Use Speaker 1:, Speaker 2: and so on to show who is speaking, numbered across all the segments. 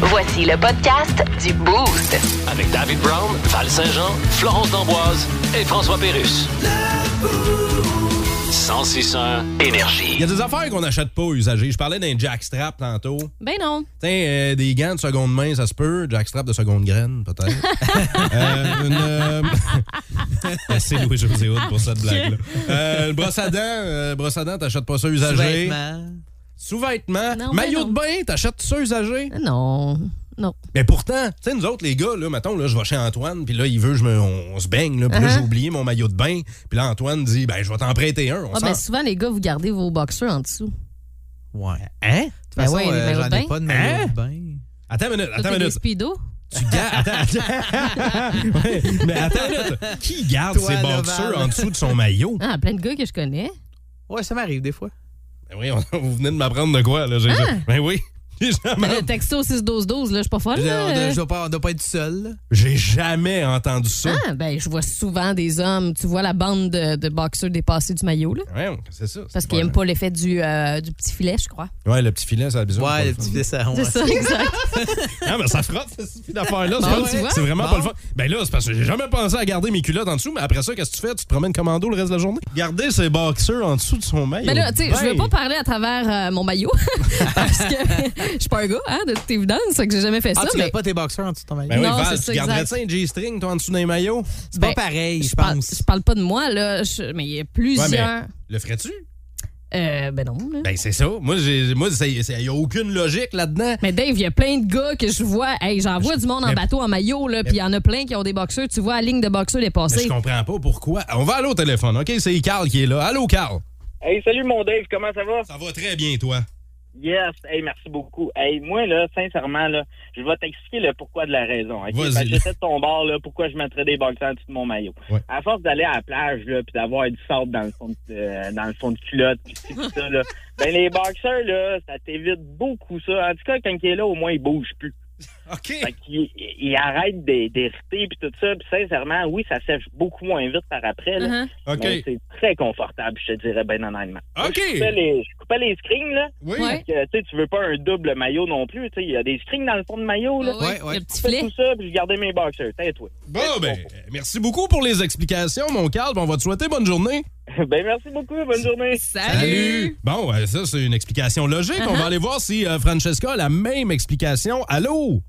Speaker 1: Voici le podcast du Boost.
Speaker 2: Avec David Brown, Val Saint-Jean, Florence D'Amboise et François Pérus. 1061
Speaker 3: Il
Speaker 2: Énergie.
Speaker 3: y a des affaires qu'on n'achète pas usagées. Je parlais d'un jackstrap tantôt.
Speaker 4: Ben non.
Speaker 3: Tiens, euh, des gants de seconde main, ça se peut. Jackstrap de seconde graine, peut-être. Euh, une, euh, Merci Louis-José Hood pour cette blague-là. Euh, le brosse à dents, euh, brosse à dents, t'achètes pas ça usagé.
Speaker 5: Vêtements.
Speaker 3: Sous-vêtements.
Speaker 4: Non,
Speaker 3: Maillot
Speaker 4: ben non.
Speaker 3: de bain, t'achètes ça usagé.
Speaker 4: Ben Non. Non.
Speaker 3: Mais pourtant, tu sais, nous autres, les gars, là, mettons, là, je vais chez Antoine, puis là, il veut, je me, on, on se baigne, là, puis là,
Speaker 4: Uh-huh.
Speaker 3: j'ai oublié mon maillot de bain. Puis là, Antoine dit, ben, je vais t'en prêter un. On
Speaker 4: Ah,
Speaker 3: s'en-
Speaker 4: ben souvent, les gars, vous gardez vos boxers en dessous.
Speaker 5: Ouais. Hein? De toute
Speaker 4: Ben
Speaker 5: façon,
Speaker 4: ouais, les
Speaker 5: euh,
Speaker 4: maillots de
Speaker 5: j'en
Speaker 4: bain.
Speaker 5: ai pas de maillot
Speaker 3: Hein?
Speaker 5: de bain.
Speaker 3: Attends une minute,
Speaker 4: Toi,
Speaker 3: attends
Speaker 4: t'es
Speaker 3: une
Speaker 4: des
Speaker 3: minute.
Speaker 4: speedos.
Speaker 3: Tu gardes. Attends, attends. Ouais, mais attends une minute. Qui garde
Speaker 5: Toi,
Speaker 3: ses
Speaker 5: Laval.
Speaker 3: boxeurs en dessous de son maillot?
Speaker 4: Ah, plein de gars que je connais.
Speaker 5: Ouais, ça m'arrive des fois.
Speaker 3: Ben oui, on- vous venez de m'apprendre de quoi, là. j'ai- Ben oui. J'ai jamais,
Speaker 4: Le Euh, texto 6-12-12, là, je suis pas folle.
Speaker 5: Je-
Speaker 4: là.
Speaker 5: on, doit- je dois pas, on doit pas être seul. là.
Speaker 3: j'ai jamais entendu ça.
Speaker 4: Ah, ben, je vois souvent des hommes. Tu vois la bande de, de boxeurs dépassée du maillot, là.
Speaker 3: Ouais, c'est ça.
Speaker 4: Parce
Speaker 3: c'est
Speaker 4: qu'ils n'aiment pas l'effet du, euh, du petit filet, je crois.
Speaker 3: Ouais, le petit filet, ça a besoin.
Speaker 5: Ouais, le petit fils à
Speaker 4: C'est
Speaker 5: ouais.
Speaker 4: ça, exact.
Speaker 3: Ah, mais ça frotte, cette petite affaire-là.
Speaker 4: Bon,
Speaker 3: c'est pas-
Speaker 4: tu vois?
Speaker 3: c'est vraiment pas le
Speaker 5: Bon.
Speaker 3: fun. Ben là, c'est parce que j'ai jamais pensé à garder mes culottes en dessous, mais après ça, qu'est-ce que tu fais? Tu te promènes commando le reste de la journée? Garder ses boxeurs en dessous de son maillot.
Speaker 4: Mais là, tu sais, je veux
Speaker 3: Ben,
Speaker 4: pas parler à travers euh, mon maillot. parce que je suis pas un gars, hein, de toute évidence, c'est que j'ai jamais fait
Speaker 5: Ah,
Speaker 4: ça.
Speaker 5: tu
Speaker 4: mais
Speaker 5: mets pas tes boxeurs en dessous de ton maillot?
Speaker 3: Ben oui,
Speaker 4: Non,
Speaker 3: Val,
Speaker 4: c'est
Speaker 3: tu
Speaker 4: ça,
Speaker 3: garderais-tu un G-string, toi, en dessous d'un maillot?
Speaker 5: c'est
Speaker 4: ben,
Speaker 5: pas pareil, je
Speaker 4: parle,
Speaker 5: pense.
Speaker 4: je parle pas de moi, là, je- mais il y a
Speaker 3: Ouais, mais
Speaker 4: plusieurs.
Speaker 3: le ferais-tu?
Speaker 4: Euh, ben non. là.
Speaker 3: Ben, c'est ça. Moi, j'ai, moi, il n'y a aucune logique là-dedans.
Speaker 4: Mais Dave, il y a plein de gars que je vois. Hey, j'en vois du monde en
Speaker 3: mais-
Speaker 4: bateau, en maillot, là, puis il y en a plein qui ont des boxeurs. Tu vois la ligne de boxeurs
Speaker 3: Mais je
Speaker 4: dépassée.
Speaker 3: comprends pas pourquoi. On va aller au téléphone, OK? C'est Carl qui est là. Allô, Carl?
Speaker 6: Hey, salut mon Dave, comment ça va?
Speaker 3: Ça va très bien, toi.
Speaker 6: Yes, hey, merci beaucoup. Hey, moi, là, sincèrement, là, je vais t'expliquer le pourquoi de la raison. ok?
Speaker 3: Vas-y.
Speaker 6: Parce que J'essaie de ton bord, là, pourquoi je mettrais des boxers en dessous de mon maillot.
Speaker 3: Ouais.
Speaker 6: À force d'aller à la plage, là, puis d'avoir du sable dans le fond de, euh, dans le fond de culotte, puis ci, puis ça, là, ben, les boxers, là, ça t'évite beaucoup ça. En tout cas, quand il est là, au moins, il bouge plus.
Speaker 3: OK.
Speaker 6: Fait qu'il il arrête d'é- d'hériter, puis tout ça. Puis sincèrement, oui, ça sèche beaucoup moins vite par après, là.
Speaker 4: Uh-huh.
Speaker 6: Mais
Speaker 3: OK.
Speaker 6: c'est très confortable, je te dirais, ben honnêtement. Moi,
Speaker 3: OK.
Speaker 6: Je coupais les, je coupais les screens, là.
Speaker 3: Oui.
Speaker 4: Ouais.
Speaker 6: que, euh, tu sais, tu veux pas un double maillot non plus. tu sais, Il y a des strings dans le fond de maillot. Là.
Speaker 4: Ah ouais,
Speaker 5: Ouais, ouais.
Speaker 4: Le petit
Speaker 6: Je fais
Speaker 4: filet.
Speaker 6: tout ça, puis je gardais mes boxers. Tais-toi.
Speaker 3: Bon, ben, euh, merci beaucoup pour les explications, mon Carl. Ben, on va te souhaiter bonne journée.
Speaker 6: ben, merci beaucoup. Bonne journée.
Speaker 4: Salut! Uh-huh.
Speaker 3: Bon, euh, ça, c'est une explication logique. On va aller voir si euh, Francesca a la même explication. Allô?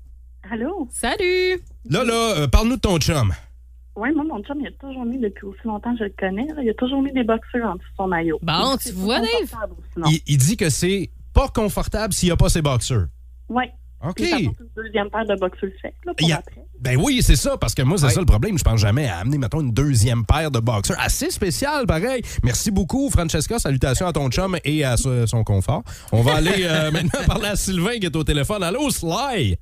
Speaker 7: Allô?
Speaker 4: Salut!
Speaker 3: Là, là, euh, parle-nous de ton chum.
Speaker 7: Oui, moi, mon chum, il a toujours mis, depuis aussi longtemps que je le connais, là, il a toujours mis des boxeurs en dessous de son maillot.
Speaker 4: Bon,
Speaker 7: C'est
Speaker 4: tu vois,
Speaker 7: pas
Speaker 4: Dave?
Speaker 7: confortable, Sinon.
Speaker 3: Il, il dit que c'est pas confortable s'il n'y a pas ses boxeurs.
Speaker 7: Ouais.
Speaker 3: OK.
Speaker 7: Puis ça porte une deuxième paire de boxeurs secs, là, pour
Speaker 3: Il y a-
Speaker 7: après.
Speaker 3: Ben oui, c'est ça, parce que moi, c'est
Speaker 5: Ouais.
Speaker 3: ça le problème. Je pense jamais à amener, mettons, une deuxième paire de boxers. Assez spécial, pareil. Merci beaucoup, Francesca. Salutations à ton chum et à so- son confort. On va aller euh, maintenant parler à Sylvain qui est au téléphone. Allô, Sly!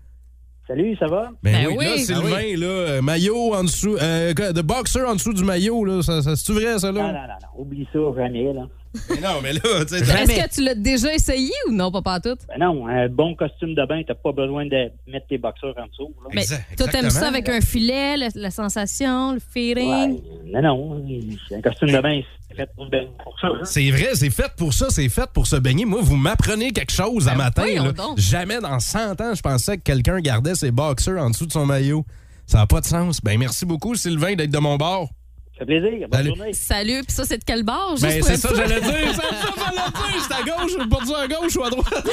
Speaker 6: Salut, ça va?
Speaker 4: Ben oui.
Speaker 3: là,
Speaker 4: Ah
Speaker 3: Sylvain, là, euh, maillot en dessous, euh, de boxer en dessous du maillot, là, ça, ça- c'est-tu vrai, ça, là?
Speaker 6: non, non. Oublie ça, jamais. Là.
Speaker 3: Mais non, mais là, tu sais, t'as-
Speaker 4: Est-ce que tu l'as déjà essayé ou non, pas tout?
Speaker 6: Ben non, un bon costume de bain, t'as pas besoin de mettre tes boxeurs en dessous. là.
Speaker 4: Mais
Speaker 3: Exact-
Speaker 4: toi, t'aimes
Speaker 3: exactement.
Speaker 4: ça avec un filet, la, la sensation, le feeling.
Speaker 6: Ouais, non, non. Un costume de bain, c'est fait pour, ben, pour ça. hein.
Speaker 3: C'est vrai, c'est fait pour ça, c'est fait pour se baigner. Moi, vous m'apprenez quelque chose à
Speaker 4: Ben
Speaker 3: matin.
Speaker 4: voyons
Speaker 3: là.
Speaker 4: donc.
Speaker 3: Jamais dans 100 ans, je pensais que quelqu'un gardait ses boxers en dessous de son maillot. Ça n'a pas de sens. Ben merci beaucoup, Sylvain, d'être de mon bord.
Speaker 6: Ça fait plaisir. Bonne
Speaker 3: Salut.
Speaker 6: journée.
Speaker 4: Salut, puis ça, c'est de quel bar? Juste
Speaker 3: Ben
Speaker 4: pour
Speaker 3: c'est
Speaker 4: être
Speaker 3: ça
Speaker 4: sûr.
Speaker 3: que j'allais dire. C'est ça que j'allais dire. C'est à gauche, je porte à gauche ou à droite.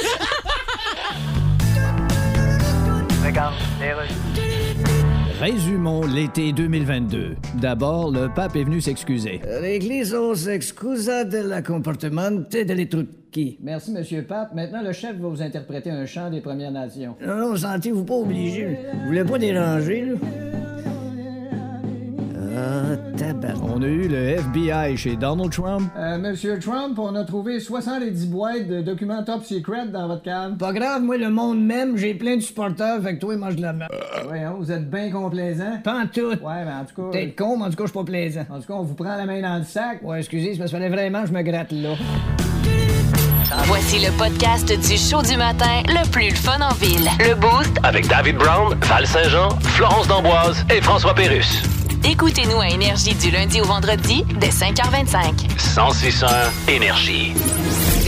Speaker 8: Résumons l'été 2022. D'abord, le pape est venu s'excuser. L'Église s'excusa de la comportemente de trucchi. Merci, Monsieur Pape. Maintenant, le chef va vous interpréter un chant des Premières Nations. Non, non, sentez-vous pas obligé. Vous voulez pas déranger, là? Ah, On a eu le FBI chez Donald Trump. Euh, Monsieur Trump, on a trouvé 70 boîtes de documents top secret dans votre cave. Pas grave, moi, le monde même, j'ai plein de supporters, fait que toi, mange de la merde. Voyons, vous êtes bien complaisant. Pas en tout. Ouais, mais en tout cas. T'es con, mais en tout cas, je suis pas plaisant. En tout cas, on vous prend la main dans le sac. Ouais, excusez, c'est parce qu'il fallait vraiment que je me gratte là.
Speaker 1: Voici le podcast du show du matin le plus fun en ville. Le Boost.
Speaker 2: Avec David Brown, Val Saint-Jean, Florence D'Amboise et François Pérus.
Speaker 1: Écoutez-nous à Énergie du lundi au vendredi dès 5h25.
Speaker 2: 1061 Énergie.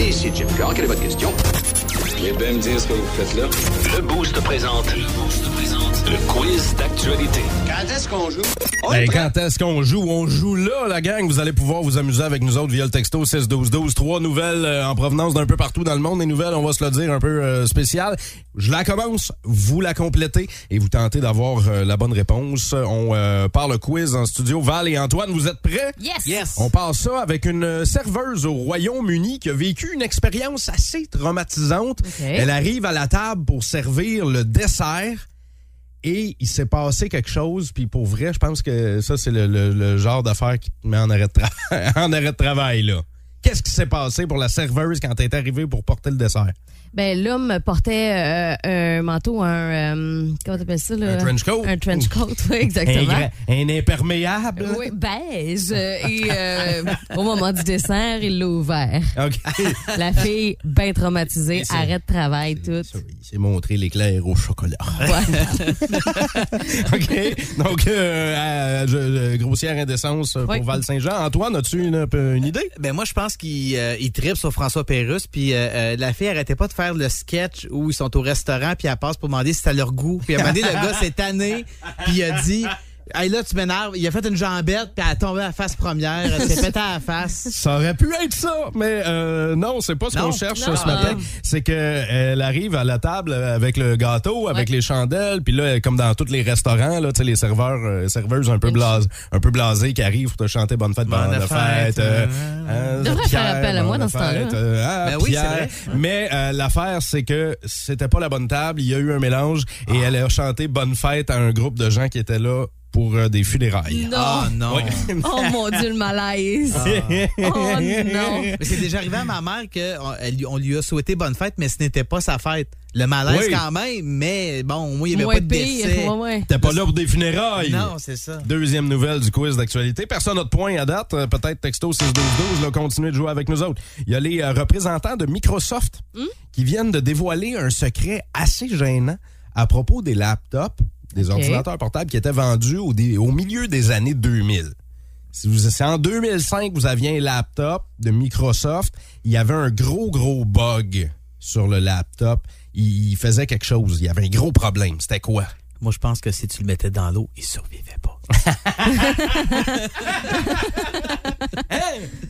Speaker 9: Ici Jim Carr, quelle est votre question? Vous bien me dire ce que vous faites là?
Speaker 2: Le Boost présente. Le Boost présente. Le quiz d'actualité.
Speaker 9: Quand est-ce qu'on joue?
Speaker 3: Ben, quand est-ce qu'on joue? On joue là, la gang. Vous allez pouvoir vous amuser avec nous autres via le texto 6-12-12. Trois nouvelles euh, en provenance d'un peu partout dans le monde. Des nouvelles, on va se le dire, un peu euh, spéciales. Je la commence, vous la complétez et vous tentez d'avoir euh, la bonne réponse. On euh, part le quiz en studio. Val et Antoine, vous êtes prêts?
Speaker 4: Yes!
Speaker 5: Yes.
Speaker 3: On part ça avec une serveuse au Royaume-Uni qui a vécu une expérience assez traumatisante. Elle arrive à la table pour servir le dessert et il s'est passé quelque chose. Puis pour vrai, je pense que ça, c'est le, le- le genre d'affaire qui te met en arrêt de, tra- en arrêt de travail. là. Qu'est-ce qui s'est passé pour la serveuse quand elle est arrivée pour porter le dessert?
Speaker 4: Ben, l'homme portait euh, un manteau, un. euh, comment t'appelles ça, là?
Speaker 3: Un trench coat.
Speaker 4: Un trench coat, oui, exactement.
Speaker 3: Un, gra- un imperméable?
Speaker 4: Oui, beige. Euh, Et euh, au moment du dessert, il l'a ouvert.
Speaker 3: OK.
Speaker 4: La fille, bien traumatisée, arrête de travail, tout.
Speaker 3: Ça, il s'est montré l'éclair au chocolat. OK. Donc, euh, euh, je- je- grossière indécence pour
Speaker 4: Oui.
Speaker 3: Val Saint-Jean. Antoine, as-tu une, une idée?
Speaker 5: Ben moi, je pense qu'il euh, il tripe sur François Pérusse. Puis euh, euh, la fille arrêtait pas de faire le sketch où ils sont au restaurant, puis elle passe pour demander si c'est à leur goût. Puis à un moment donné, le gars s'est tanné, puis il a dit... Hey, là, tu m'énerves. Il a fait une jambette, puis elle a tombé à la face première. Elle s'est pétée à la face.
Speaker 3: Ça aurait pu être ça, mais euh, non, c'est pas ce qu'on
Speaker 5: Non.
Speaker 3: cherche
Speaker 4: Non. Ah.
Speaker 3: ce matin.
Speaker 4: Non.
Speaker 3: C'est qu'elle arrive à la table avec le gâteau, avec les chandelles, puis là, comme dans tous les restaurants, là, tu sais, les serveurs, euh, serveuses un peu, blasées, un peu blasées qui arrivent pour te chanter Bonne fête, bonne,
Speaker 5: Bonne
Speaker 3: fête.
Speaker 5: fête,
Speaker 3: euh, hein,
Speaker 4: Devrais faire
Speaker 3: Pierre,
Speaker 4: appel à moi
Speaker 3: bonne
Speaker 4: dans ce temps-là,
Speaker 3: fête,
Speaker 4: hein.
Speaker 3: euh, ah,
Speaker 5: Ben oui,
Speaker 3: Pierre.
Speaker 5: c'est vrai.
Speaker 3: Mais euh, l'affaire, c'est que c'était pas la bonne table, il y a eu un mélange, et
Speaker 5: Ah.
Speaker 3: elle a chanté Bonne fête à un groupe de gens qui étaient là pour euh, des funérailles.
Speaker 4: Non!
Speaker 5: Oh non!
Speaker 3: Oui.
Speaker 4: Oh mon Dieu, le malaise!
Speaker 3: Ah.
Speaker 4: Oh non!
Speaker 5: Mais c'est déjà arrivé à ma mère qu'on on lui a souhaité bonne fête, mais ce n'était pas sa fête. Le malaise
Speaker 3: Oui.
Speaker 5: quand même, mais bon, moi, il n'y avait
Speaker 4: Moins
Speaker 5: pas de
Speaker 4: pire,
Speaker 5: décès.
Speaker 4: ouais, ouais.
Speaker 3: T'es pas là pour des funérailles.
Speaker 5: Non, c'est ça.
Speaker 3: Deuxième nouvelle du quiz d'actualité. Personne n'a de point à date. Euh, Peut-être texto 61212. Là, continuez de jouer avec nous autres. Il y a les euh, représentants de Microsoft qui viennent de dévoiler un secret assez gênant à propos des laptops, des
Speaker 4: Ok.
Speaker 3: ordinateurs portables qui étaient vendus au, dé- au milieu des années 2000. Si vous, si en 2005, vous aviez un laptop de Microsoft, il y avait un gros, gros bug sur le laptop. Il, il faisait quelque chose. Il y avait un gros problème. C'était quoi?
Speaker 5: Moi, je pense que si tu le mettais dans l'eau, il survivait pas.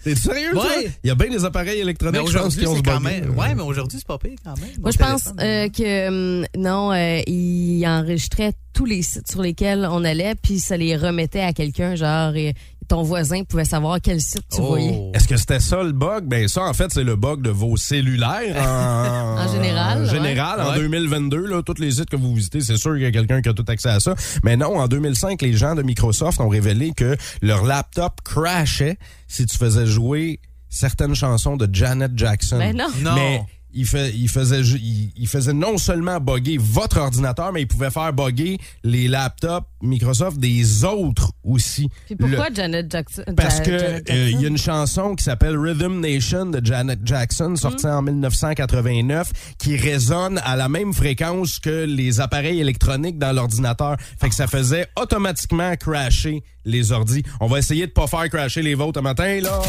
Speaker 3: T'es sérieux, toi?
Speaker 5: Ouais.
Speaker 3: Il y a bien des appareils électroniques,
Speaker 5: mais
Speaker 3: je pense,
Speaker 5: aujourd'hui,
Speaker 3: qui ont
Speaker 5: c'est
Speaker 3: ce
Speaker 5: quand
Speaker 3: bug-là.
Speaker 5: même. Ouais, mais aujourd'hui, c'est pas pire quand même.
Speaker 4: Moi,
Speaker 5: Au
Speaker 4: je pense
Speaker 5: téléphone.
Speaker 4: euh, que hum, non, euh, il enregistrait tous les sites sur lesquels on allait, puis ça les remettait à quelqu'un, genre et ton voisin pouvait savoir quel site
Speaker 3: Oh.
Speaker 5: Oh.
Speaker 4: tu voyais.
Speaker 3: Est-ce que c'était ça le bug? Ben ça, en fait, c'est le bug de vos cellulaires en,
Speaker 4: En général,
Speaker 3: En général, en
Speaker 5: ouais.
Speaker 3: 2022, là, tous les sites que vous visitez, c'est sûr qu'il y a quelqu'un qui a tout accès à ça. Mais non, en 2005, les gens de Microsoft ont révélé que leur laptop crashait si tu faisais jouer certaines chansons de Janet Jackson.
Speaker 4: Ben non.
Speaker 5: Non.
Speaker 3: Mais il, fait, il, faisait, ju- il, il faisait non seulement bugger votre ordinateur, mais il pouvait faire bugger les laptops Microsoft des autres aussi.
Speaker 4: Puis
Speaker 3: Le-
Speaker 4: pourquoi Janet Jackson?
Speaker 3: parce
Speaker 4: Ja-
Speaker 3: que
Speaker 4: Janet
Speaker 3: euh, il
Speaker 4: Jackson?
Speaker 3: y a une chanson qui s'appelle Rhythm Nation de Janet Jackson,
Speaker 4: Mm.
Speaker 3: sortie en 1989, qui résonne à la même fréquence que les appareils électroniques dans l'ordinateur. Fait que ça faisait automatiquement crasher les ordis. On va essayer de pas faire crasher les vôtres un matin, là.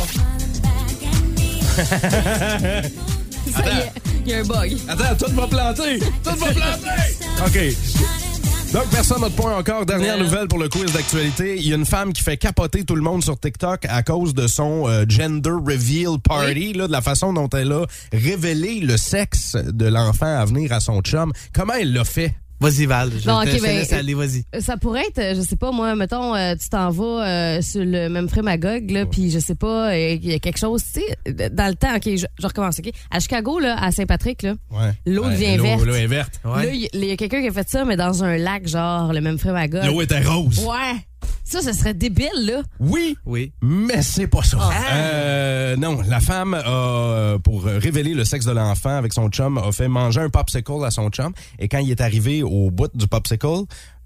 Speaker 4: Ça, il y a- il y, a un bug.
Speaker 3: Attends, tout va planter! Tout va planter! OK. Donc, personne n'a de point encore. Dernière
Speaker 4: Non.
Speaker 3: nouvelle pour le quiz d'actualité. Il y a une femme qui fait capoter tout le monde sur TikTok à cause de son euh, gender reveal party, là, de la façon dont elle a révélé le sexe de l'enfant à venir à son chum. Comment elle l'a fait?
Speaker 5: Vas-y, Val. Je
Speaker 4: Bon,
Speaker 5: te,
Speaker 4: ok,
Speaker 5: je te
Speaker 4: ben,
Speaker 5: laisse aller, vas-y.
Speaker 4: Ça pourrait être, euh, je sais pas, moi, mettons, euh, tu t'en vas euh, sur le même frame à Gog, là, puis je sais pas, euh, il y a quelque chose, tu sais, euh, dans le temps, OK, je, je recommence, OK? À Chicago, là, à Saint-Patrick, là,
Speaker 3: Ouais.
Speaker 4: L'eau devient
Speaker 3: l'eau-
Speaker 4: verte.
Speaker 3: L'eau est verte.
Speaker 4: là, il y- il y, a quelqu'un qui a fait ça, mais dans un lac, genre, le même frame à Gog.
Speaker 3: L'eau était rose.
Speaker 4: Ouais. Ça, ce serait débile, là.
Speaker 3: Oui,
Speaker 5: Oui.
Speaker 3: Mais c'est pas ça.
Speaker 4: Ah.
Speaker 3: Euh, non, la femme, a, euh, pour révéler le sexe de l'enfant avec son chum, a fait manger un popsicle à son chum. Et quand il est arrivé au bout du popsicle,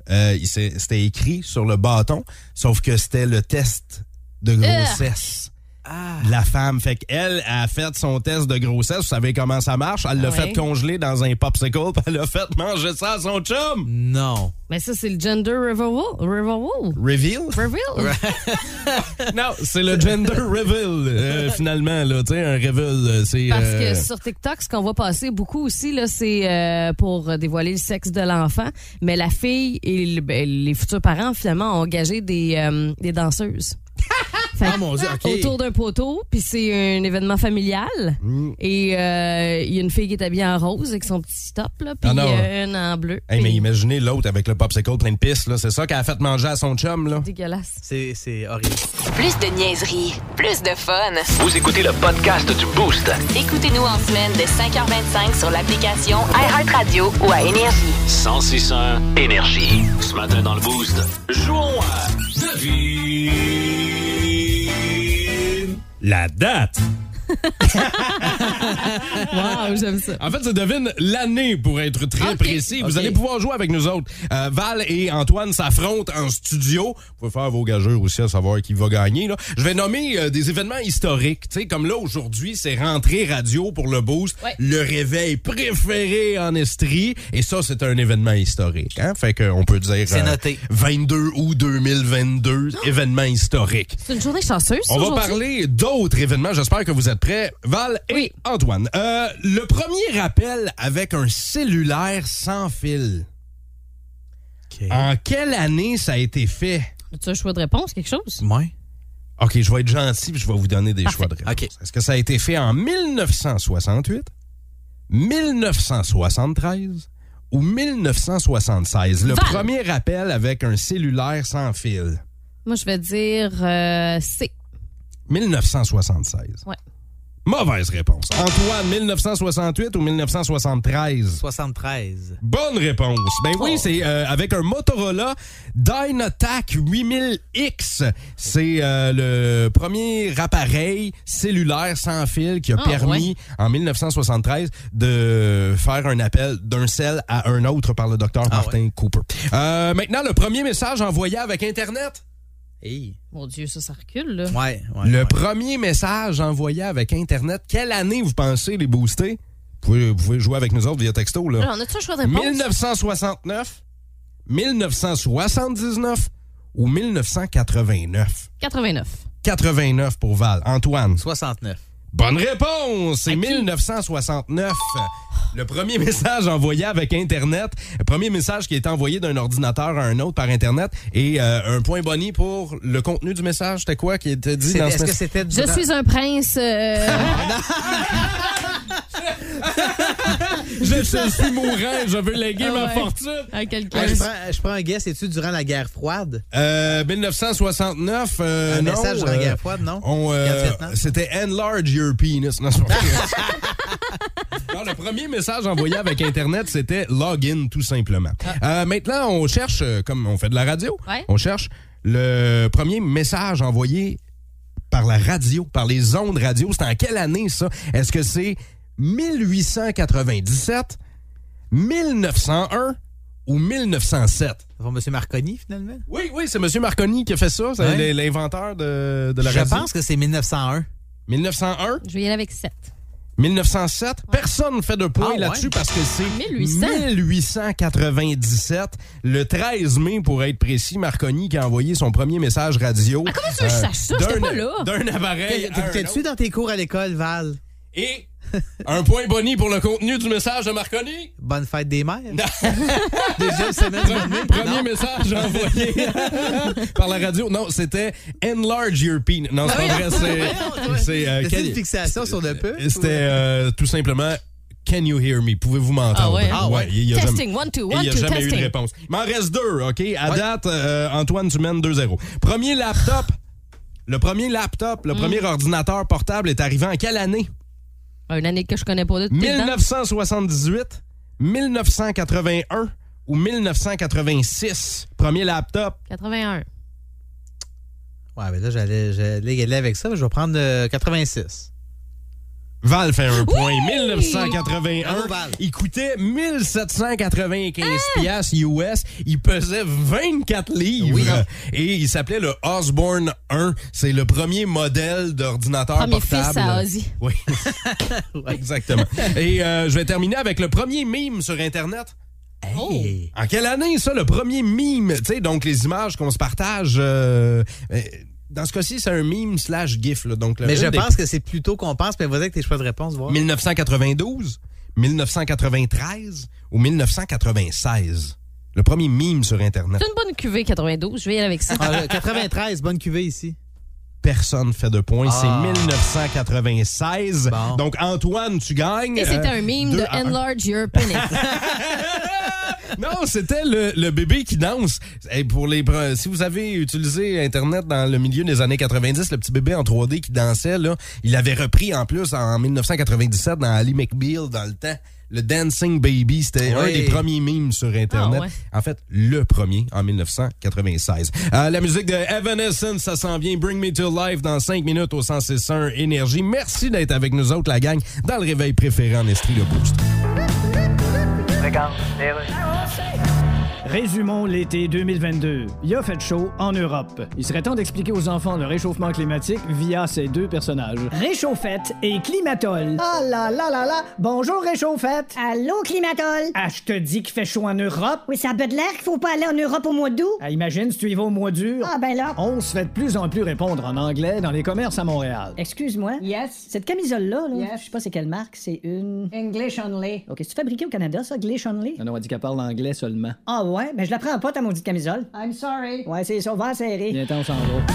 Speaker 3: euh, il s'est- c'était écrit sur le bâton, sauf que c'était le test de grossesse.
Speaker 4: Ah.
Speaker 3: de la femme. Fait qu'elle a fait son test de grossesse. Vous savez comment ça marche? Elle l'a
Speaker 4: Ah ouais.
Speaker 3: fait congeler dans un popsicle. puis Elle l'a fait manger ça à son chum.
Speaker 5: Non.
Speaker 4: Mais ça, c'est le gender reveal. Reveal.
Speaker 3: Reveal?
Speaker 4: Reveal.
Speaker 3: Non, c'est le gender reveal, euh, finalement. Là, Tu sais, un reveal, euh, c'est...
Speaker 4: Parce
Speaker 3: euh,
Speaker 4: que sur TikTok, ce qu'on voit passer beaucoup aussi, là, c'est euh, pour dévoiler le sexe de l'enfant. Mais la fille et le- ben, les futurs parents, finalement, ont engagé des, euh, des danseuses. Fait
Speaker 5: Oh mon Dieu, OK.
Speaker 4: Autour d'un poteau, puis c'est un événement familial.
Speaker 3: Mm.
Speaker 4: Et euh, il y a une fille qui est habillée en rose avec son petit top, là, puis
Speaker 3: Ah
Speaker 4: il
Speaker 3: non.
Speaker 4: y a une en bleu.
Speaker 3: Hey, mais
Speaker 4: Puis-
Speaker 3: imaginez l'autre avec le popsicle plein de pisse, là. C'est ça qu'elle a fait manger à son chum, là.
Speaker 4: Dégueulasse.
Speaker 5: C'est c'est horrible.
Speaker 1: Plus de niaiserie, plus de fun.
Speaker 2: Vous écoutez le podcast du Boost.
Speaker 1: Écoutez-nous en semaine de 5h25 sur l'application iHeartRadio ou à Énergie.
Speaker 2: 1061 Énergie. Ce matin dans le Boost, jouons à Devine.
Speaker 3: La date!
Speaker 4: Wow, Ah, j'aime ça.
Speaker 3: En fait, ça devine l'année pour être très
Speaker 4: Ok.
Speaker 3: précis. Vous
Speaker 5: Ok.
Speaker 3: allez pouvoir jouer avec nous autres. Euh, Val et Antoine s'affrontent en studio. Vous pouvez faire vos gageurs aussi à savoir qui va gagner. Là. Je vais nommer euh, des événements historiques. Tu sais, comme là, aujourd'hui, c'est rentrée radio pour le boost.
Speaker 4: Ouais.
Speaker 3: Le réveil préféré en Estrie. Et ça, c'est un événement historique. Hein? Fait qu'on peut dire...
Speaker 5: C'est noté.
Speaker 3: 22 août 2022, événement historique.
Speaker 4: C'est une journée chanceuse.
Speaker 3: On va
Speaker 4: aujourd'hui.
Speaker 3: parler d'autres événements. J'espère que vous êtes prêts. Val et
Speaker 4: Oui.
Speaker 3: Antoine. Euh, le premier appel avec un cellulaire sans fil.
Speaker 5: Ah.
Speaker 3: En quelle année ça a été fait?
Speaker 4: Tu as un choix de réponse, quelque chose?
Speaker 5: Ouais.
Speaker 3: OK, je vais être gentil puis je vais vous donner des choix de réponse.
Speaker 5: OK.
Speaker 3: Est-ce que ça a été fait en 1968, 1973 ou 1976? Le
Speaker 4: Val.
Speaker 3: premier appel avec un cellulaire sans fil.
Speaker 4: Moi, je vais dire euh, C.
Speaker 3: 1976.
Speaker 4: Ouais.
Speaker 3: Mauvaise réponse. Antoine, 1968 ou 1973?
Speaker 5: 73.
Speaker 3: Bonne réponse. Ben oui,
Speaker 4: Oh.
Speaker 3: c'est euh, avec un Motorola Dynatac 8000X. C'est euh, le premier appareil cellulaire sans fil qui a
Speaker 4: Ah,
Speaker 3: permis en 1973 de faire un appel d'un cell à un autre par le
Speaker 4: Ah,
Speaker 3: docteur Martin Cooper. Euh, maintenant, le premier message envoyé avec Internet.
Speaker 5: Hey.
Speaker 4: Mon Dieu, ça, ça recule, là.
Speaker 5: Ouais, ouais.
Speaker 3: Le
Speaker 5: ouais.
Speaker 3: premier message envoyé avec Internet, quelle année vous pensez les booster? Vous pouvez, vous pouvez jouer avec nous autres via texto, là.
Speaker 5: Ah,
Speaker 4: Alors, on a-tu un choix de réponse?
Speaker 3: 1969, 1979 ou 1989?
Speaker 4: 89.
Speaker 3: 89 pour Val. Antoine.
Speaker 5: 69.
Speaker 3: Bonne réponse! C'est 1969. Le premier message envoyé avec Internet. Le premier message qui est envoyé d'un ordinateur à un autre par Internet. Et euh, un point boni pour le contenu du message. C'était quoi qui était dit
Speaker 5: C'est-
Speaker 3: dans
Speaker 5: Est-ce
Speaker 3: ce
Speaker 5: que
Speaker 3: message?
Speaker 5: c'était du
Speaker 4: Je suis un prince. euh,
Speaker 3: Je, je suis mourant, je veux léguer
Speaker 4: Ah
Speaker 3: ma
Speaker 4: ouais.
Speaker 3: fortune.
Speaker 4: à quelqu'un.
Speaker 5: Ouais, je, prends, je prends un guess, c'est-tu durant la guerre froide?
Speaker 3: Euh, 1969, euh,
Speaker 5: Un
Speaker 3: non.
Speaker 5: message durant la
Speaker 3: euh,
Speaker 5: guerre froide, non?
Speaker 3: on, euh,
Speaker 5: Guerre du Vietnam?
Speaker 3: C'était Enlarge Your Penis. Non, c'est pas vrai. Non, le premier message envoyé avec Internet, c'était login, tout simplement.
Speaker 5: Ah.
Speaker 3: Euh, maintenant, on cherche, euh, comme on fait de la radio,
Speaker 4: Ouais.
Speaker 3: on cherche le premier message envoyé par la radio, par les ondes radio. C'est en quelle année, ça? Est-ce que c'est 1897, 1901 ou 1907?
Speaker 5: Pour M. Marconi, finalement?
Speaker 3: Oui, oui, c'est M. Marconi qui a fait ça. C'est
Speaker 5: Ouais.
Speaker 3: l'in- l'inventeur de, de la
Speaker 5: je
Speaker 3: radio.
Speaker 5: pense que c'est 1901.
Speaker 3: 1901,
Speaker 4: Je vais y aller avec 7.
Speaker 3: 1907. Personne ne fait de point
Speaker 5: Ah, ouais?
Speaker 3: là-dessus parce que c'est
Speaker 4: 1800.
Speaker 3: 1897. Le 13 mai, pour être précis, Marconi qui a envoyé son premier message radio. euh,
Speaker 4: Mais Ah, comment tu veux que je sache ça? J'étais
Speaker 3: d'un-
Speaker 4: pas là.
Speaker 3: D'un appareil. à un
Speaker 5: T'étais-tu
Speaker 3: autre.
Speaker 5: dans tes cours à l'école, Val?
Speaker 3: Et un point boni pour le contenu du message de Marconi.
Speaker 5: Bonne fête des mères? Deuxième semaine du mois de mai?
Speaker 3: Premier
Speaker 5: Non.
Speaker 3: message envoyé par la radio. Non, c'était Enlarge Your Penis. Non,
Speaker 4: Ah,
Speaker 3: c'est pas vrai. C'est. c'est, euh,
Speaker 5: Mais C'est
Speaker 3: quel-
Speaker 5: une fixation sur le peu?
Speaker 3: C'était euh, tout simplement Can you hear me? Pouvez-vous m'entendre?
Speaker 4: Ah ouais?
Speaker 5: Ah ouais.
Speaker 3: il y a jamais-
Speaker 4: Testing, one, two,
Speaker 3: il
Speaker 4: one,
Speaker 3: n'y a
Speaker 4: two,
Speaker 3: jamais eu de
Speaker 4: testing.
Speaker 3: réponse. Il m'en reste deux, OK? À date, euh, Antoine, tu mènes 2-0. Premier laptop. Le premier laptop,
Speaker 4: Mm.
Speaker 3: le premier ordinateur portable est arrivé en quelle année?
Speaker 4: Une année que je connais pas de tout
Speaker 3: 1978, 1981 ou 1986? Premier laptop.
Speaker 4: 81.
Speaker 5: Ouais, mais là, j'allais j'allais y aller avec ça. mais Je vais prendre euh, 86.
Speaker 3: Val fait un point. 1981,
Speaker 5: Bravo, Val.
Speaker 3: il coûtait 1795
Speaker 4: Ah!
Speaker 3: piastres US. Il pesait 24 livres. Et il s'appelait le Osborne 1. C'est le premier modèle d'ordinateur
Speaker 4: Premier
Speaker 3: portable.
Speaker 4: fils à Ozzy.
Speaker 3: Oui. Exactement. Et euh, je vais terminer avec le premier mime sur Internet. En quelle année, ça, le premier mime? Tu sais, donc les images qu'on se partage. euh, euh, dans ce cas-ci, c'est un mime slash gif. là. donc, le-
Speaker 5: Mais je
Speaker 3: une des-
Speaker 5: pense que c'est plutôt qu'on pense, mais vas-y avec tes choix de réponse, voir.
Speaker 3: 1992, 1993 ou 1996? Le premier mime sur Internet.
Speaker 4: C'est une bonne cuvée 92, je vais y aller avec ça.
Speaker 5: Ah, le 93, bonne cuvée ici.
Speaker 3: Personne fait de points.
Speaker 5: Ah.
Speaker 3: C'est 1996.
Speaker 5: Bon.
Speaker 3: Donc, Antoine, tu gagnes.
Speaker 4: Et c'était
Speaker 3: Euh,
Speaker 4: un mime
Speaker 3: deux
Speaker 4: de
Speaker 3: à un.
Speaker 4: Enlarge Your Penis.
Speaker 3: Non, c'était le, le bébé qui danse. Et pour les pre- si vous avez utilisé internet dans le milieu des années 90, le petit bébé en 3D qui dansait là, il avait repris en plus en 1997 dans Ali McBeal dans le temps. Le Dancing Baby, c'était
Speaker 5: Oui.
Speaker 3: un des premiers mimes sur Internet.
Speaker 4: Ah ouais.
Speaker 3: En fait, le premier en 1996. Euh, la musique de Evanescence, ça s'en vient. Bring Me to Life dans 5 minutes au 106.1 Énergie. Merci d'être avec nous autres, la gang, dans le réveil préféré en Estrie, le Boost.
Speaker 8: Résumons l'été 2022. Il a fait chaud en Europe. Il serait temps d'expliquer aux enfants le réchauffement climatique via ces deux personnages.
Speaker 10: Réchauffette et climatol.
Speaker 11: Ah là là là là! Bonjour, réchauffette!
Speaker 10: Allô, climatol?
Speaker 11: Ah, je te dis qu'il fait chaud en Europe!
Speaker 10: Oui, ça a peu de l'air qu'il faut pas aller en Europe au mois d'août.
Speaker 8: Ah, imagine si tu y vas au mois dur.
Speaker 10: Ah, ben là.
Speaker 8: On se fait de plus en plus répondre en anglais dans les commerces à Montréal.
Speaker 10: Excuse-moi.
Speaker 11: Yes.
Speaker 10: Cette camisole-là, là,
Speaker 11: Yes.
Speaker 10: je sais pas c'est quelle marque, c'est une...
Speaker 11: English only.
Speaker 10: OK, c'est fabriqué au Canada, ça, Glish Only?
Speaker 8: Non, non, on dit qu'elle parle anglais seulement.
Speaker 10: Ah ouais? Ben je la prends pas, ta maudite camisole.
Speaker 11: I'm sorry.
Speaker 10: Ouais, c'est ça, va serrer.
Speaker 8: Bientôt, on s'en va.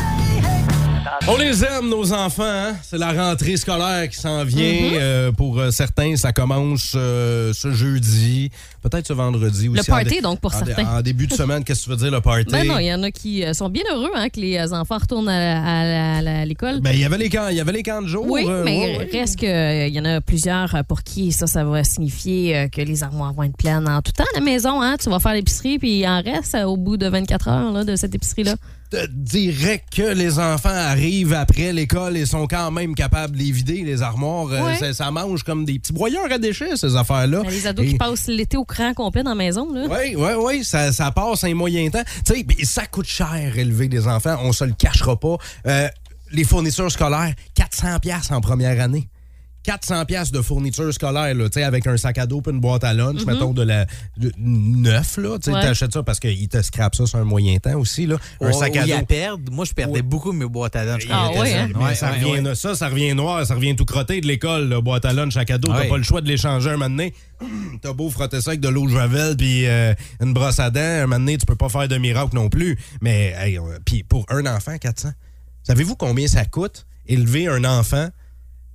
Speaker 3: On les aime, nos enfants. hein? C'est la rentrée scolaire qui s'en vient.
Speaker 4: Mhm.
Speaker 3: Euh, pour euh, certains, ça commence euh, ce jeudi, peut-être ce vendredi aussi.
Speaker 4: party,
Speaker 3: En dé-
Speaker 4: donc, pour
Speaker 3: en dé-
Speaker 4: certains.
Speaker 3: En début de semaine, qu'est-ce que tu veux dire, le party?
Speaker 4: Ben non, il y en a qui euh, sont bien heureux hein, que les euh, enfants retournent à, à la- à la- à l'école.
Speaker 3: Ben, il y avait les camps, il y avait les camps de jour.
Speaker 4: oui,
Speaker 3: euh,
Speaker 4: mais
Speaker 3: ouais, ouais.
Speaker 4: reste que euh, il y en a plusieurs euh, pour qui ça, ça va signifier euh, que les armoires vont être pleines en tout temps à la maison. Hein, tu vas faire l'épicerie puis il en reste euh, au bout de 24 heures là, de cette épicerie-là.
Speaker 3: Te dirais que les enfants arrivent après l'école et sont quand même capables de les vider, les armoires. Euh,
Speaker 4: Ouais.
Speaker 3: ça, ça mange comme des petits broyeurs à déchets, ces affaires-là.
Speaker 4: Ben, les ados
Speaker 3: Et-
Speaker 4: qui passent l'été au cran complet dans la maison. Là.
Speaker 3: Oui, oui, oui, ça, ça passe un moyen temps. Tu sais, ben, ça coûte cher élever des enfants, on se le cachera pas. Euh, les fournitures scolaires, 400 pièces en première année. 400 pièces de fournitures scolaires là, tu sais, avec un sac à dos puis une boîte à
Speaker 4: Mhm.
Speaker 3: lunch, mettons de la de- Euh, neuf là, tu sais,
Speaker 4: Ouais.
Speaker 3: t'achètes ça parce qu'ils te scrapent ça sur un moyen temps aussi là, un
Speaker 5: Oh,
Speaker 3: sac à
Speaker 5: oui,
Speaker 3: dos.
Speaker 5: à perdre. Moi, je perdais
Speaker 3: Oui.
Speaker 5: beaucoup mes boîtes à lunch quand
Speaker 4: Ah,
Speaker 5: j'étais
Speaker 4: oui,
Speaker 5: jeune.
Speaker 4: hein?
Speaker 3: Mais Eh ça,
Speaker 5: Ouais,
Speaker 3: revient,
Speaker 5: ouais.
Speaker 3: ça, ça revient noir, ça revient tout crotté de l'école, là, boîte à lunch, sac à dos. T'as
Speaker 5: Ouais.
Speaker 3: pas le choix de l'échanger un moment donné. T'as beau frotter ça avec de l'eau de javel puis euh, une brosse à dents, un moment donné, tu peux pas faire de miracle non plus. Mais hey, on- puis pour un enfant, 400. Savez-vous combien ça coûte élever un enfant,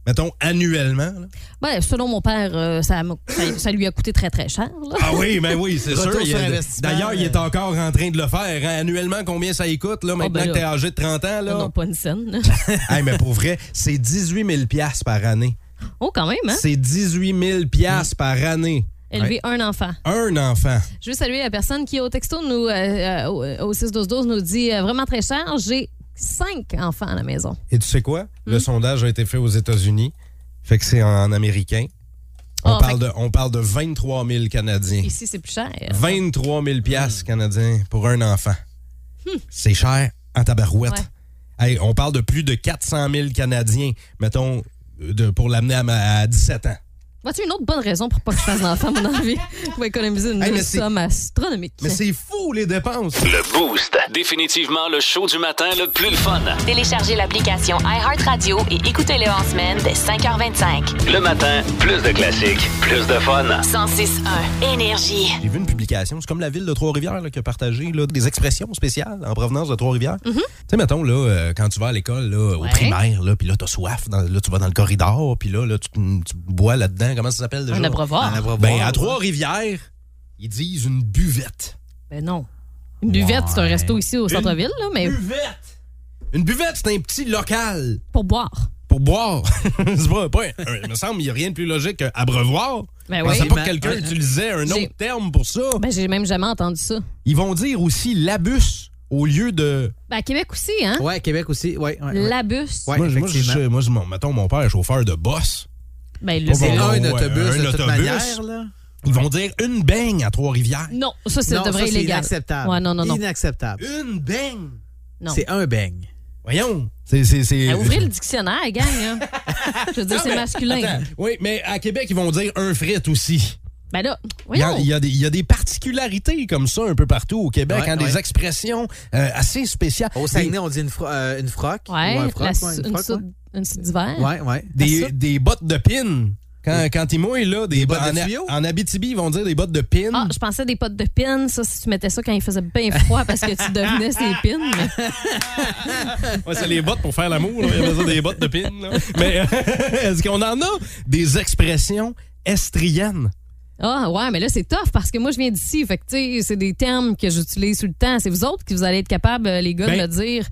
Speaker 3: mettons, annuellement? là?
Speaker 4: Ben, selon mon père, euh, ça, m'a- ça- ça lui a coûté très très cher. là.
Speaker 3: Ah oui, ben oui, c'est
Speaker 5: Retour
Speaker 3: sûr. il y a-
Speaker 5: sur investissement,
Speaker 3: D'ailleurs, il est
Speaker 5: euh.
Speaker 3: encore en train de le faire. hein. Annuellement, combien ça y coûte, Ah, là, Ah, maintenant
Speaker 4: ben
Speaker 3: que
Speaker 4: là.
Speaker 3: t'es âgé de 30 ans? Là?
Speaker 4: Non, pas une scène.
Speaker 3: Hey, mais pour vrai, c'est 18 000 piastres par année.
Speaker 4: oh, quand même, hein?
Speaker 3: C'est 18 000 piastres par année.
Speaker 4: Élever un enfant.
Speaker 3: Un enfant.
Speaker 4: Je veux saluer la personne qui, au texto, nous, euh, euh, au 6-12-12, nous dit euh, vraiment très cher, j'ai cinq enfants à la maison.
Speaker 3: Et tu sais quoi?
Speaker 4: Hmm?
Speaker 3: Le sondage a été fait aux États-Unis. Fait que c'est en américain. On,
Speaker 4: Ah,
Speaker 3: parle
Speaker 4: fait
Speaker 3: de, on parle de 23 000 Canadiens.
Speaker 4: Ici, c'est plus cher.
Speaker 3: 23 000 piastres canadiens pour un enfant. C'est cher en tabarouette. Hey, on parle de plus de 400 000 Canadiens, mettons, de- pour l'amener à, ma- à 17 ans.
Speaker 4: Vois-tu une autre bonne raison pour pas que je fasse d'enfant, mon envie? Je vais économiser une
Speaker 3: Hey, mais
Speaker 4: grosse
Speaker 3: c'est-
Speaker 4: somme astronomique.
Speaker 3: Mais c'est fou, les dépenses!
Speaker 2: Le Boost. Définitivement le show du matin le plus le fun.
Speaker 1: Téléchargez l'application iHeartRadio et écoutez-le en semaine dès 5h25.
Speaker 2: Le matin, plus de classiques, plus de fun.
Speaker 1: 106.1 Énergie.
Speaker 3: J'ai vu une publication, c'est comme la ville de Trois-Rivières là, qui a partagé là, des expressions spéciales en provenance de Trois-Rivières. Tu sais, mettons, là, euh, quand tu vas à l'école, là, au
Speaker 4: Mhm. Ouais.
Speaker 3: primaire, là, puis là, t'as soif, dans- là, tu vas dans le corridor, puis là, là tu, tu bois là-dedans, comment ça s'appelle déjà?
Speaker 4: Un abreuvoir.
Speaker 5: Un abreuvoir,
Speaker 3: Ben, à
Speaker 5: ouais.
Speaker 3: Trois-Rivières, ils disent une buvette.
Speaker 4: Ben non. Une buvette, c'est un
Speaker 3: Ouais.
Speaker 4: resto ici au
Speaker 3: Une
Speaker 4: centre-ville, là, mais
Speaker 3: Buvette! Une buvette, c'est un petit local
Speaker 4: pour boire.
Speaker 3: pour boire. c'est pas, pas un- un- il me semble, il n'y a rien de plus logique qu'un abreuvoir.
Speaker 4: Ben
Speaker 3: Je
Speaker 4: oui.
Speaker 3: pensais pas
Speaker 5: Ben,
Speaker 3: que quelqu'un
Speaker 5: euh,
Speaker 3: utilisait un
Speaker 4: j'ai-
Speaker 3: autre terme pour ça.
Speaker 4: Ben, j'ai même jamais entendu ça.
Speaker 3: Ils vont dire aussi la bus au lieu de
Speaker 4: Ben, à Québec aussi, hein?
Speaker 5: Ouais, Québec aussi. Ouais, ouais, ouais.
Speaker 4: La bus.
Speaker 5: Ouais.
Speaker 3: moi, je- moi, je-
Speaker 5: effectivement.
Speaker 3: moi, je- mon- mettons, mon père est chauffeur de boss.
Speaker 4: Ben,
Speaker 3: Pas
Speaker 5: C'est
Speaker 3: bon,
Speaker 5: un
Speaker 3: ouais,
Speaker 5: autobus
Speaker 3: un
Speaker 5: de toute
Speaker 3: autobus.
Speaker 5: manière, là.
Speaker 3: Ils vont dire une beigne à Trois-Rivières.
Speaker 4: Non, ça, c'est
Speaker 5: Non,
Speaker 4: de
Speaker 5: ça,
Speaker 4: vrai
Speaker 5: c'est
Speaker 4: illégal.
Speaker 5: inacceptable.
Speaker 4: Ouais, non, non, non.
Speaker 5: Inacceptable.
Speaker 3: Une beigne?
Speaker 4: Non.
Speaker 5: C'est un beigne.
Speaker 3: Voyons. C'est. c'est, c'est...
Speaker 4: Ben, ouvrez le dictionnaire, gang. hein. Je veux dire,
Speaker 3: Non,
Speaker 4: c'est
Speaker 3: mais-
Speaker 4: masculin.
Speaker 3: Attends, oui, mais à Québec, ils vont dire un frit aussi.
Speaker 4: Ben là,
Speaker 3: Il y, a,
Speaker 4: voyons.
Speaker 3: il y a des, il y a des particularités comme ça un peu partout au Québec,
Speaker 5: Ouais,
Speaker 3: hein, des
Speaker 5: ouais.
Speaker 3: expressions euh, assez spéciales.
Speaker 5: Au Saguenay, on dit une, fro- euh, une froc.
Speaker 4: Ouais,
Speaker 5: ou un
Speaker 4: la
Speaker 5: froc, ouais,
Speaker 4: sou-
Speaker 5: une
Speaker 4: une
Speaker 5: froc,
Speaker 4: soude une soude d'hiver.
Speaker 5: ouais. Ouais, ouais.
Speaker 3: des,
Speaker 4: ça.
Speaker 3: des bottes de pin. Quand, quand ils mouillent, là, des,
Speaker 5: bottes de
Speaker 3: en-
Speaker 5: tuyaux?
Speaker 3: en, Abitibi, ils vont dire des bottes de pin.
Speaker 4: Ah, je pensais des potes de pin, ça, si tu mettais ça quand il faisait bien froid parce que tu devenais ses pins. mais-
Speaker 3: Ouais, c'est les bottes pour faire l'amour. là. Il y a besoin des bottes de pin. là. Mais euh, est-ce qu'on en a des expressions estriennes?
Speaker 4: Ah, ouais, mais là, c'est tough parce que moi, je viens d'ici. Fait que, tu sais, c'est des termes que j'utilise tout le temps. C'est vous autres qui vous allez être capables, euh, les gars,
Speaker 3: Ben,
Speaker 4: de me dire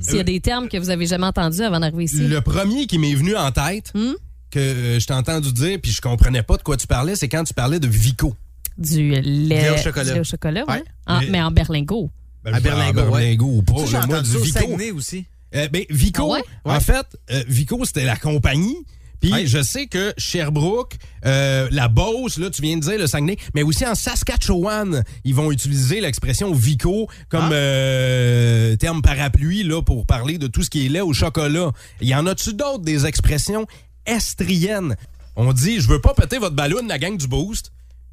Speaker 4: s'il y a des termes que vous avez jamais entendus avant d'arriver ici.
Speaker 3: Le premier qui m'est venu en tête,
Speaker 4: Hmm?
Speaker 3: que euh, je t'ai entendu dire puis je comprenais pas de quoi tu parlais, c'est quand tu parlais de Vico.
Speaker 4: Du lait
Speaker 5: lait au chocolat.
Speaker 4: du lait au chocolat, ouais.
Speaker 5: Ouais.
Speaker 4: Ah,
Speaker 3: Mais-
Speaker 4: mais en berlingot.
Speaker 5: À Berlingot,
Speaker 3: Ah, Berlingot ou pas.
Speaker 5: Ça, j'ai
Speaker 3: là, moi,
Speaker 5: entendu
Speaker 3: du
Speaker 5: ça au
Speaker 3: Vico.
Speaker 5: Saguenay aussi.
Speaker 3: Euh, ben, Vico,
Speaker 4: Ah ouais?
Speaker 3: en fait, euh, Vico, c'était la compagnie. Puis
Speaker 5: Ouais.
Speaker 3: je sais que Sherbrooke, euh, la Beauce, là, tu viens de dire le Saguenay, mais aussi en Saskatchewan, ils vont utiliser l'expression Vico comme
Speaker 4: Ah.
Speaker 3: euh, terme parapluie là, pour parler de tout ce qui est lait au chocolat. Il y en a-tu d'autres des expressions estriennes? On dit, je veux pas péter votre ballon, la gang du Boost,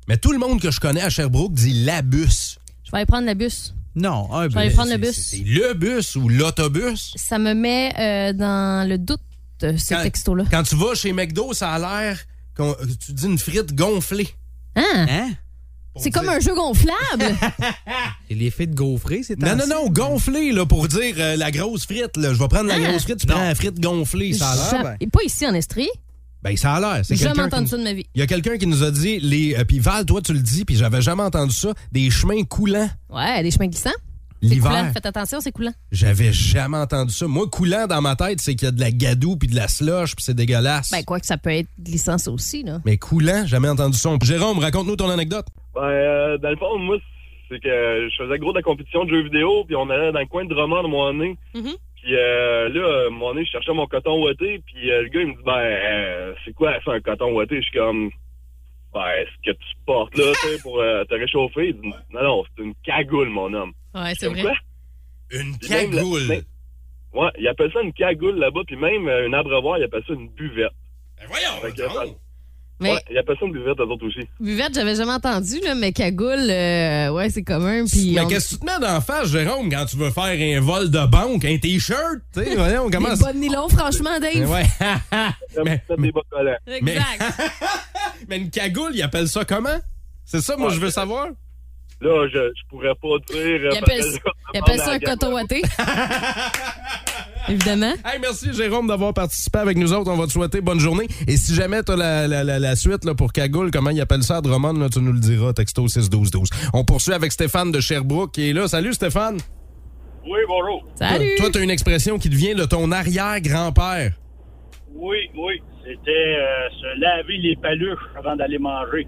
Speaker 3: mais tout le monde que je connais à Sherbrooke dit la bus.
Speaker 4: Je vais aller prendre le bus.
Speaker 5: Non, un bus.
Speaker 4: Je vais aller prendre le bus.
Speaker 3: C'est le bus ou l'autobus?
Speaker 4: Ça me met euh, dans le doute, euh, ce
Speaker 3: Quand-
Speaker 4: texto-là.
Speaker 3: Quand tu vas chez McDo, ça a l'air qu'on- que tu dis une frite gonflée.
Speaker 4: Hein?
Speaker 5: Hein?
Speaker 3: Pour
Speaker 4: C'est
Speaker 3: dire-
Speaker 4: comme un jeu gonflable.
Speaker 5: C'est l'effet de gaufrer, c'est
Speaker 3: Non,
Speaker 5: ainsi.
Speaker 3: non, non, gonflée, là, pour dire euh, la grosse frite. Là. Je vais prendre
Speaker 4: Hein?
Speaker 3: la grosse frite, tu prends la frite gonflée, ça a l'air.
Speaker 4: Jamais- Et pas ici en Estrie.
Speaker 3: Ben, ça a l'air. Ah, C'est
Speaker 4: J'ai jamais
Speaker 3: quelqu'un
Speaker 4: entendu
Speaker 3: qui-
Speaker 4: ça de ma vie.
Speaker 3: Il y a quelqu'un qui nous a dit, les, euh, puis Val, toi, tu le dis, puis j'avais jamais entendu ça, des chemins coulants
Speaker 4: Ouais, des chemins glissants. C'est coulant.
Speaker 3: l'hiver.
Speaker 4: Faites attention, c'est coulant.
Speaker 3: J'avais jamais entendu ça. Moi, coulant dans ma tête, c'est qu'il y a de la gadoue puis de la slush, puis c'est dégueulasse.
Speaker 4: Ben, quoi que ça peut être glissant, ça aussi, là.
Speaker 3: Mais coulant, jamais entendu ça. Jérôme, raconte-nous ton anecdote.
Speaker 6: Ben, euh, dans le fond, moi, c'est que je faisais gros de la compétition de jeux vidéo, puis on allait dans le coin de Drummond, Moiné.
Speaker 4: Mhm.
Speaker 6: Puis euh, là, euh, Moiné, je cherchais mon coton ouaté, puis euh, le gars, il me dit, ben, euh, c'est quoi ça, un coton ouaté? Je suis comme, ben, ce que tu portes là, tu sais, pour euh, te réchauffer. Il dit, non, non, c'est une cagoule, mon homme.
Speaker 4: Ouais, c'est
Speaker 6: Comme
Speaker 4: vrai.
Speaker 6: quoi?
Speaker 3: Une Ben,
Speaker 6: Puis même la-
Speaker 3: cagoule.
Speaker 6: même- Ouais, il appelle ça une cagoule là-bas, puis même euh, un abreuvoir, il appelle ça une buvette.
Speaker 3: Ben voyons,
Speaker 6: Fait que,
Speaker 3: donc.
Speaker 6: euh,
Speaker 4: Mais
Speaker 6: Ouais, il appelle ça une buvette, eux autres aussi.
Speaker 4: buvette, j'avais jamais entendu, là, mais cagoule, euh, ouais, c'est commun. Puis
Speaker 3: Mais
Speaker 4: on-
Speaker 3: qu'est-ce que tu te mets d'en face, Jérôme, quand tu veux faire un vol de banque, un t-shirt? Tu sais, voyons,
Speaker 4: Des
Speaker 3: comment ça-
Speaker 4: bonnes nylons, franchement,
Speaker 3: Mais
Speaker 4: Dave.
Speaker 3: ouais.
Speaker 6: Comme
Speaker 3: Mais-
Speaker 6: ça, des bas collants.
Speaker 4: Exact.
Speaker 3: Mais une cagoule, ils appellent ça comment? C'est ça, moi,
Speaker 6: Ouais.
Speaker 3: je veux savoir.
Speaker 6: Là, je, je pourrais pas dire. euh,
Speaker 4: Il appelle,
Speaker 6: parce que je vais
Speaker 4: il appelle
Speaker 6: demander
Speaker 4: ça
Speaker 6: à
Speaker 4: un
Speaker 6: la gang.
Speaker 4: coton ouaté. Évidemment.
Speaker 3: Hey, merci, Jérôme, d'avoir participé avec nous autres. On va te souhaiter bonne journée. Et si jamais tu as la, la- la- la suite là, pour cagoule, comment ils appellent ça à Drummond, là, tu nous le diras, texto 61212. On poursuit avec Stéphane de Sherbrooke qui est là. Salut, Stéphane.
Speaker 6: Oui, bonjour.
Speaker 4: Salut.
Speaker 3: Toi, tu as une expression qui te vient de ton arrière-grand-père.
Speaker 12: Oui, oui. C'était euh, se laver les paluches avant d'aller manger.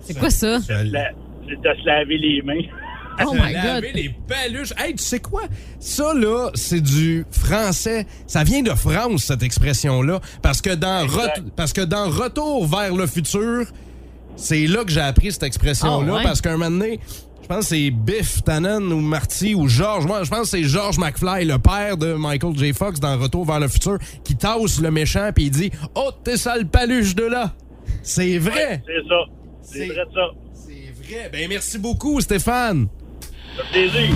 Speaker 4: C'est quoi ça?
Speaker 12: La- C'était se laver les mains.
Speaker 4: Oh my God.
Speaker 3: Ah, Laver les paluches. Hey, tu sais quoi? Ça, là, c'est du français. Ça vient de France, cette expression-là. Parce, que dans
Speaker 12: Exact.
Speaker 3: Ret- parce que dans Retour vers le futur, c'est là que j'ai appris cette expression-là.
Speaker 4: Ah ouais?
Speaker 3: Parce qu'un moment donné, je pense que c'est Biff Tannen ou Marty ou George. Moi, je pense que c'est George McFly, le père de Michael J. Fox dans Retour vers le futur, qui tasse le méchant puis il dit « Oh, t'es sale paluche de là! » C'est vrai!
Speaker 12: C'est ça. C'est vrai ça.
Speaker 3: C'est vrai! Ben, merci beaucoup, Stéphane!
Speaker 12: Ça fait plaisir.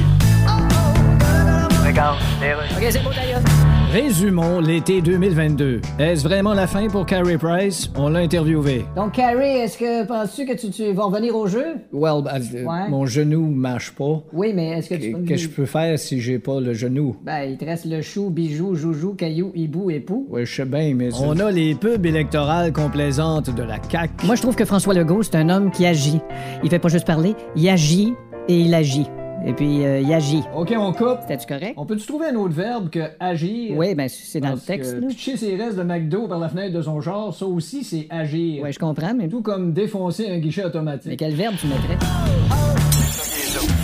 Speaker 8: Résumons l'été 2022. Est-ce vraiment la fin pour Carrie Price? On l'a interviewé.
Speaker 1: Donc, Carrie, est-ce que penses-tu que tu, tu vas revenir au jeu?
Speaker 8: Well, ben, euh,
Speaker 1: Ouais.
Speaker 8: mon genou marche pas.
Speaker 1: Oui, mais est-ce que tu
Speaker 8: Qu'est-ce
Speaker 1: peux.
Speaker 8: que je peux faire si j'ai pas le genou?
Speaker 1: Ben, il te reste le chou, bijou, joujou, caillou, hibou, époux.
Speaker 8: Ouais, je sais bien, mais... On a les pubs électorales complaisantes de la CAQ.
Speaker 1: Moi, je trouve que François Legault, c'est un homme qui agit. Il fait pas juste parler, il agit et il agit. Et puis, euh, il agit.
Speaker 8: OK, on coupe.
Speaker 1: C'était-tu correct?
Speaker 8: On peut-tu trouver un autre verbe que agir?
Speaker 1: Oui, ben, c'est dans
Speaker 8: Parce
Speaker 1: le texte.
Speaker 8: que
Speaker 1: là.
Speaker 8: Pitcher ses restes de McDo par la fenêtre de son genre, ça aussi, c'est agir.
Speaker 1: Ouais, je comprends, mais...
Speaker 8: Tout comme défoncer un guichet automatique.
Speaker 1: mais quel verbe tu mettrais?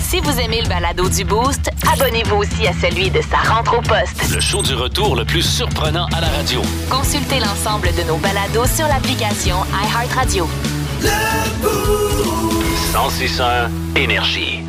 Speaker 1: Si vous aimez le balado du Boost, abonnez-vous aussi à celui de sa rentre au poste.
Speaker 2: Le show du retour le plus surprenant à la radio.
Speaker 1: Consultez l'ensemble de nos balados sur l'application iHeartRadio.
Speaker 2: 1061 Énergie.